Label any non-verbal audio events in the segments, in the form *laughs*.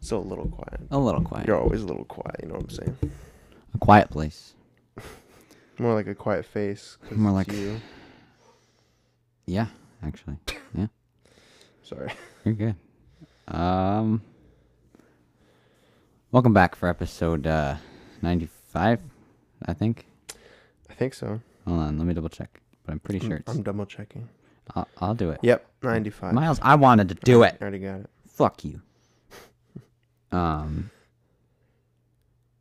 So a little quiet. A little quiet. You're always a little quiet. You know what I'm saying? a quiet place. More like a quiet face. 'cause More it's like- you. Yeah, actually. Yeah. Sorry. You're good. Um Welcome back for episode uh ninety five, I think. I think so. Hold on, let me double check. But I'm pretty sure it's I'm double checking. I'll, I'll do it. Yep, 95. Miles, I wanted to do it. I already got it. Fuck you. Um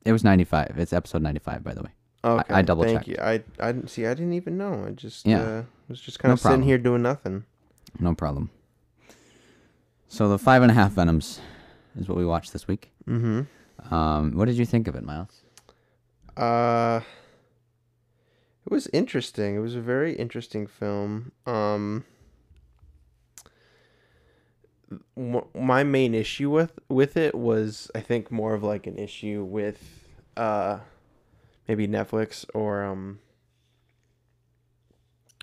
It was ninety five. It's episode ninety five, by the way. Okay. I double Thank checked. you. I I didn't see. I didn't even know. I just Yeah. uh, was just kind No of sitting problem. here doing nothing. No problem. So the five and a half venoms is what we watched this week. Mm-hmm. Um, what did you think of it, Miles? Uh, it was interesting. It was a very interesting film. Um, m- my main issue with with it was, I think, more of like an issue with uh, maybe Netflix or um,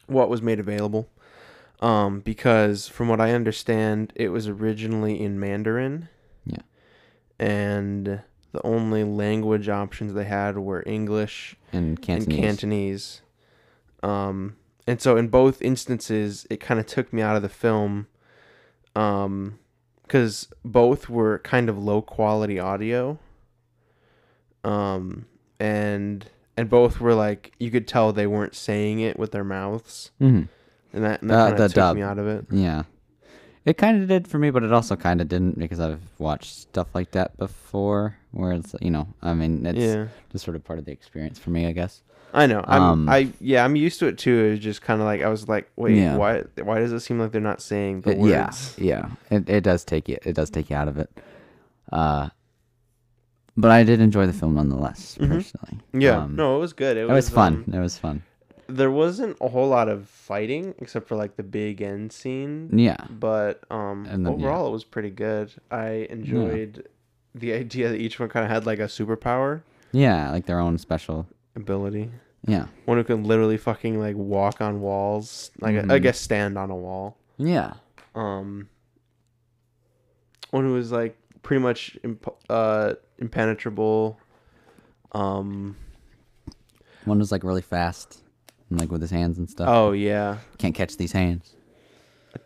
what was made available. Um, because from what I understand, it was originally in Mandarin. Yeah. And the only language options they had were English And Cantonese. and Cantonese. Um, and so in both instances, it kind of took me out of the film because both were kind of low quality audio. Um, and and both were like you could tell they weren't saying it with their mouths, Mhm. and that, and Uh, that kind the of took dub. me out of it. Yeah. It kind of did for me, but it also kind of didn't because I've watched stuff like that before where it's, you know, I mean, it's Yeah. just sort of part of the experience for me, I guess. I know. I'm, Um, I yeah, I'm used to it too. It was just kind of like I was like, wait, Yeah. why? Why does it seem like they're not saying the It- words? yeah. Yeah. It, it does take you, it does take you out of it. Uh, but I did enjoy the film nonetheless, personally. Yeah, Um, no, it Mm-hmm. was good. It, It was fun. um, it was fun. there wasn't a whole lot of fighting except for like the big end scene, Yeah. but um, And then, yeah. overall it was pretty good. I enjoyed the idea that each one kind of had like a superpower Yeah. Like their own special. ability. Yeah. One who can literally fucking like walk on walls, like Mm-hmm. I guess stand on a wall. Yeah. Um, one who was like pretty much imp- uh impenetrable. Um. One was like really fast and like with his hands and stuff. Oh yeah. Can't catch these hands.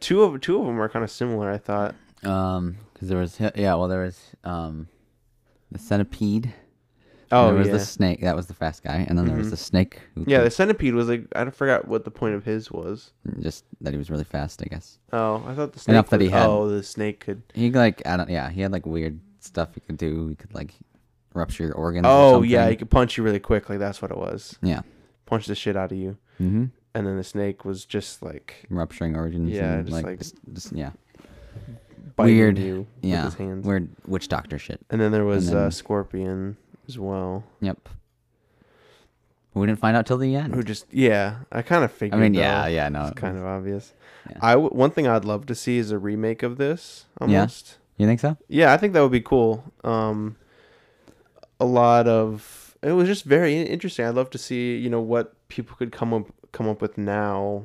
Two of two of them are kind of similar. I thought. Um, because there was hi- yeah, well there was um, the centipede. Oh there was yeah. Mm-hmm. the snake. That was the fast guy, and then there was the snake. Who Yeah, the centipede was like I forgot what the point of his was. could- just that he was really fast. I guess Oh, I thought the snake. Enough that he was- had- Oh, the snake could. he like I don't yeah he had like weird stuff he could do. He could like rupture your organs. or Oh yeah, he something. could punch you really quickly. That's what it was. yeah. Punch the shit out of you, Mm-hmm. and then the snake was just like Rupturing organs. Yeah, and, just, like, like, just, just- yeah, biting Weird. you yeah, with his hands. weird witch doctor shit. And then there was And then- uh, scorpion as well, Yep. We didn't find out till the end. who just yeah. I kind of I figured. mean, yeah, though. yeah, no. It's kind of obvious. Yeah. I w- one thing I'd love to see is a remake of this. Almost. You think so? Yeah, I think that would be cool. Um, a lot of it was just very in- interesting. I'd love to see you know what people could come up come up with now.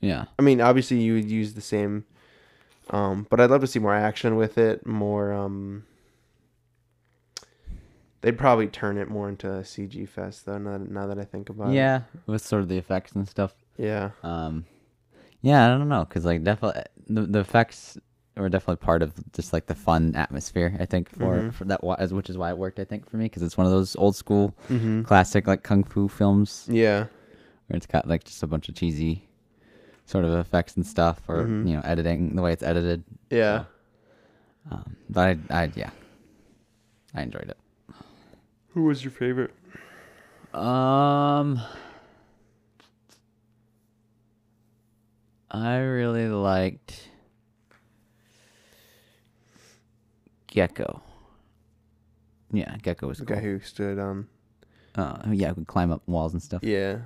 Yeah. I mean, obviously you would use the same, um, but I'd love to see more action with it. More. Um, they'd probably turn it more into a CG fest though. Now, now that I think about it. Yeah, with sort of the effects and stuff. Yeah. Um, yeah, I don't know, cause like definitely the, the effects were definitely part of just like the fun atmosphere. I think for, for that why- which is why it worked. I think for me, cause it's one of those old school classic like kung fu films Yeah. where it's got like just a bunch of cheesy sort of effects and stuff, or you know, editing the way it's edited. Yeah. Um, but I, I yeah, I enjoyed it. Who was your favorite? Um, I really liked Gecko. Yeah, Gecko was The cool. guy who stood um, on. Uh, yeah, we could climb up walls and stuff. Yeah.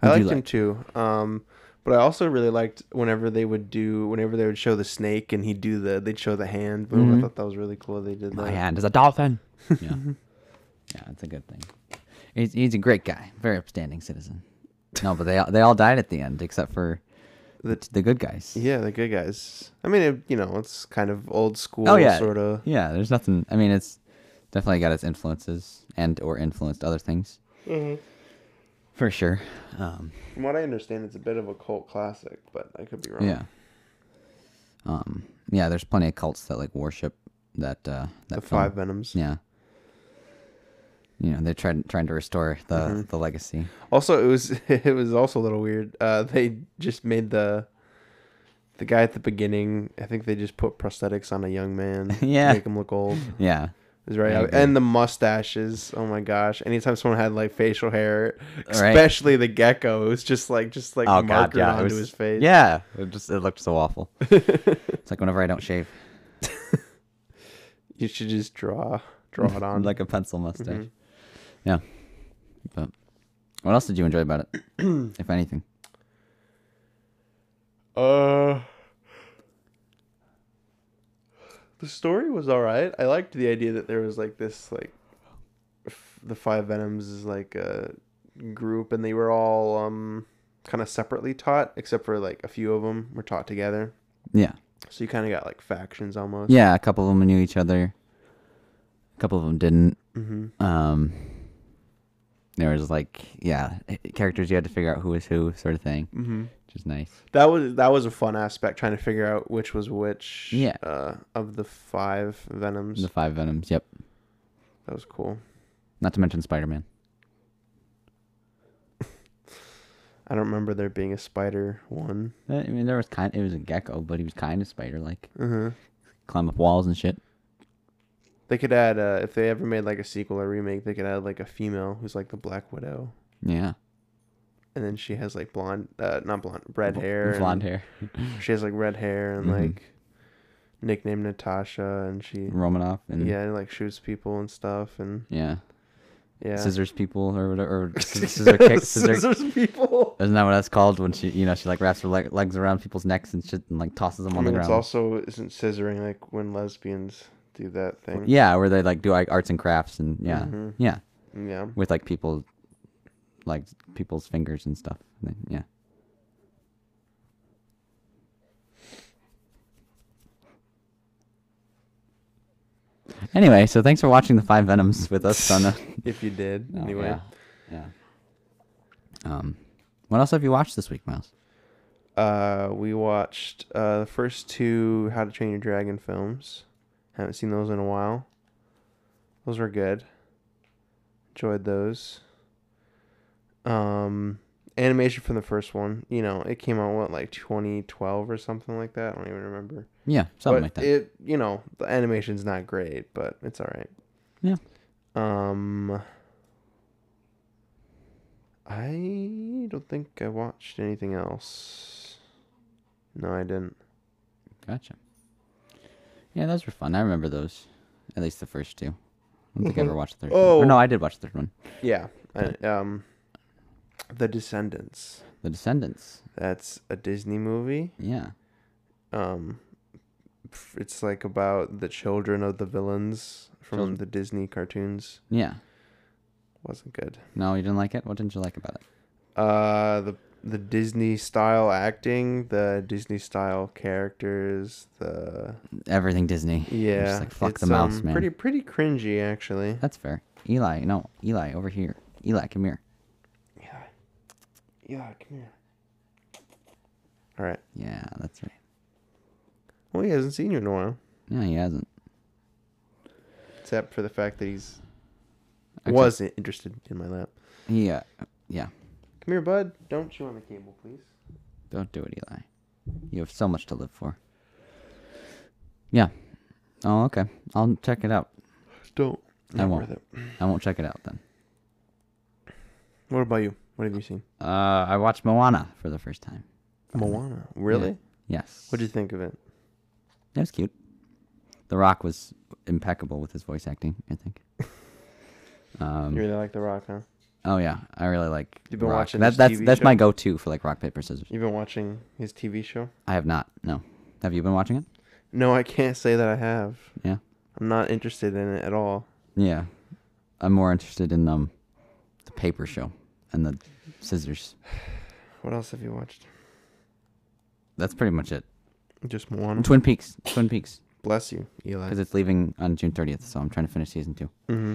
I Who'd liked you him like? too. Um, but I also really liked whenever they would do whenever they would show the snake and he'd do the they'd show the hand. But I thought that was really cool. They did that. Mm-hmm. My hand is a dolphin. yeah, yeah, that's a good thing. He's he's a great guy, very upstanding citizen. No, but they all, they all died at the end except for The- the good guys. Yeah, the good guys. I mean, it, you know, it's kind of old school, Oh, yeah. sort of. Yeah, there's nothing. I mean, it's definitely got its influences and or influenced other things. Mm-hmm. For sure. Um, From what I understand, it's a bit of a cult classic, but I could be wrong. yeah. Um, yeah, there's plenty of cults that like worship that uh that the film. Five Venoms. Yeah. You know, they're trying trying to restore the Mm-hmm. the legacy. Also, it was *laughs* it was also a little weird. Uh, they just made the the guy at the beginning. I think they just put prosthetics on a young *laughs* man. Yeah. to make him look old. Yeah. Is right. I out- agree. And the mustaches. Oh my gosh! Anytime someone had like facial hair, right. especially the gecko, it was just like just like Oh god, marker yeah. It onto was, his face. Yeah. It just it looked so *laughs* awful. it's like whenever I don't shave. you should just draw draw *laughs* it on. Mm-hmm. like a pencil mustache. Yeah. But what else did you enjoy about *clears throat* it? if anything. Uh, the story was all right. I liked the idea that there was like this like f- the five venoms is like a group, and they were all um kind of separately taught, except for like a few of them were taught together. Yeah. So you kind of got like factions almost. Yeah, a couple of them knew each other. A couple of them didn't. Mm-hmm. Um there was like yeah, eh, characters you had to figure out who was who sort of thing, Mm-hmm. which is nice. That was that was a fun aspect trying to figure out which was which. Yeah. Uh, of the five venoms, The five Venoms, yep. that was cool. Not to mention Spider-Man. I don't remember there being a spider one. Uh, I mean, there was kind. It was a gecko, but he was kind of spider-like, Uh-huh. climb up walls and shit. They could add uh, if they ever made like a sequel or remake, they could add like a female who's like the Black Widow, Yeah, and then she has like blonde, uh, not blonde, red hair. blonde hair, hair. She has like red hair and Mhm. like nicknamed Natasha, and she Romanoff, and yeah like shoots people and stuff, and yeah. yeah, scissors people or whatever, *laughs* or sc- scissor *laughs* kick, scissor. Scissors people. Isn't that what that's called when she, you know, she like wraps her leg, legs around people's necks and shit, and like tosses them I on mean, the it's ground. also isn't scissoring like when lesbians do that thing. yeah, where they like do like arts and crafts and yeah, Mhm. yeah, *laughs* Yeah. with like people, like people's fingers and stuff. And then- Yeah. Anyway, so thanks for watching the Five Venoms with us on the. If you did No, anyway. Oh, yeah, yeah. Um, what else have you watched this week, Miles? Uh, we watched uh, the first two How to Train Your Dragon films. Haven't seen those in a while. Those were good. Enjoyed those. Um, animation from the first one. You know, it came out what like 2012 or something like that. I don't even remember. Yeah, something but like that. It you know the animation's not great, but it's all right. Yeah. Um. I don't think I watched anything else. No, I didn't. Gotcha. Yeah, those were fun. I remember those. At least the first two. I don't think I ever watched the third one. Or Oh. no, I did watch the third one. Yeah. I, um. The Descendants. The Descendants. That's a Disney movie. Yeah. Um. f- It's like about the children of the villains from Children. the Disney cartoons. Yeah. Wasn't good. No, you didn't like it? What didn't you like about it? Uh, the the Disney style acting, the Disney style characters, the Everything Disney. I'm yeah, Just like, fuck the it's, mouse, um, man. Pretty pretty cringy actually. That's fair. Eli, no. Eli, over here. Eli, come here. Yeah, yeah, come here. All right. Yeah, that's right. Well, he hasn't seen you in a while, No, he hasn't. except for the fact that he's Actually- wasn't interested in my lap. He, uh, yeah. Come here, bud. Don't chew on the cable, please. Don't do it, Eli. You have so much to live for. Yeah. Oh, okay. I'll check it out. Don't. I Not won't. worth it. I won't check it out then. What about you? What have you seen? Uh, I watched Moana for the first time. Moana. Really? Yes. What did you think of it? That was cute. The Rock was impeccable with his voice acting. I *laughs* think. Um. You really like The Rock, huh? Oh yeah, I really like. You've been Rock. watching That, his that's TV that's show? my go-to for like rock paper scissors. You've been watching his TV show. I have not. No. Have you been watching it? No, I can't say that I have. Yeah. I'm not interested in it at all. Yeah. I'm more interested in um, the paper show and the scissors. What else have you watched? that's pretty much it. Just Moana. Twin Peaks. Twin Peaks. Bless you, Eli. Because it's leaving on June 30th, so I'm trying to finish season two. hmm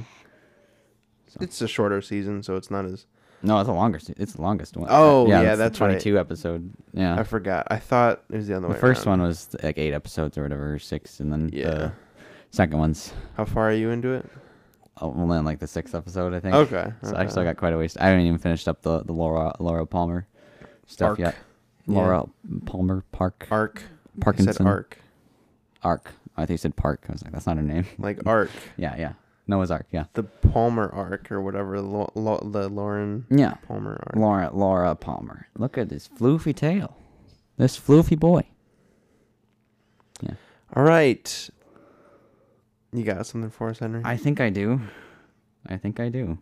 It's a shorter season, so it's not as. No, it's a longer. se- It's the longest one. Oh, yeah, it's the that's right. 22 episode. I Yeah, forgot. I thought it was the other Uh. the way. first uh, around. one was like eight episodes or whatever, or six, and then Yeah. the second one's How far are you into it? only on like the sixth episode, I think. Okay, Uh-huh. So I okay. still got quite a waste. I haven't even finished up the the Laura Laura Palmer stuff Arc. yet. Yeah. Laura Palmer Park Arc. I Parkinson said arc. Arc. I think you said Park. I was like, that's not her name. *laughs* Like arc. Yeah, yeah. Noah's Ark. Yeah, The Palmer arc or whatever. Lo- lo- the Lauren yeah. Palmer arc. Laura Laura Palmer. Look at this floofy tail. This floofy boy. Yeah. All right. You got something for us, Henry? I think I do. I think I do.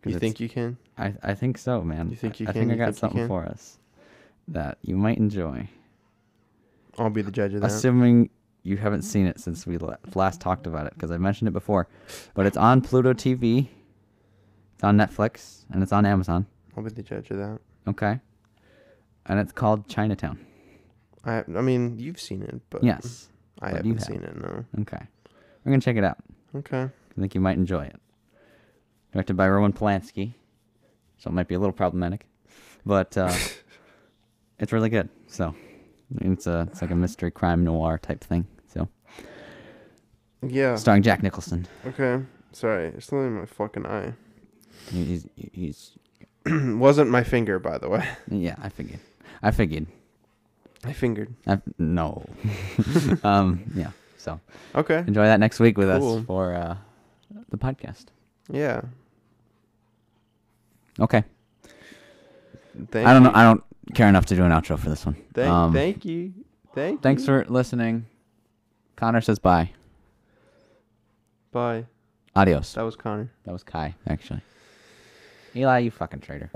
'Cause you it's- think you can? I, I think so, man. You think I- you I can? think I You got think you something can? for us that you might enjoy. I'll be the judge of that. Assuming you haven't seen it since we la- last talked about it, because I mentioned it before, but it's on Pluto TV, it's on Netflix, and it's on Amazon. I'll be the judge of that. Okay, and it's called Chinatown. I I mean, you've seen it, but Yes. I but haven't you have. seen it. No. Okay, we're gonna check it out. Okay. I think you might enjoy it. Directed by Roman Polanski, so it might be a little problematic, but *laughs* uh, it's really good. So it's a it's like a mystery crime noir type thing. So Yeah. starring Jack Nicholson. Okay. Sorry, it's still in my fucking eye. *clears throat* He- He's he's Wasn't my finger, by the way. *laughs* yeah. I figured. I figured. I fingered. I, no. *laughs* um. Yeah. So Okay. enjoy that next week with Cool. us for uh, the podcast. Yeah. Okay. Thank I don't know. you. I don't care enough to do an outro for this one. Thank, Um, thank you. Thank. Thanks you. for listening. Connor says bye. Bye. Adios. That was Connor. That was Kai, actually. Eli, you fucking traitor.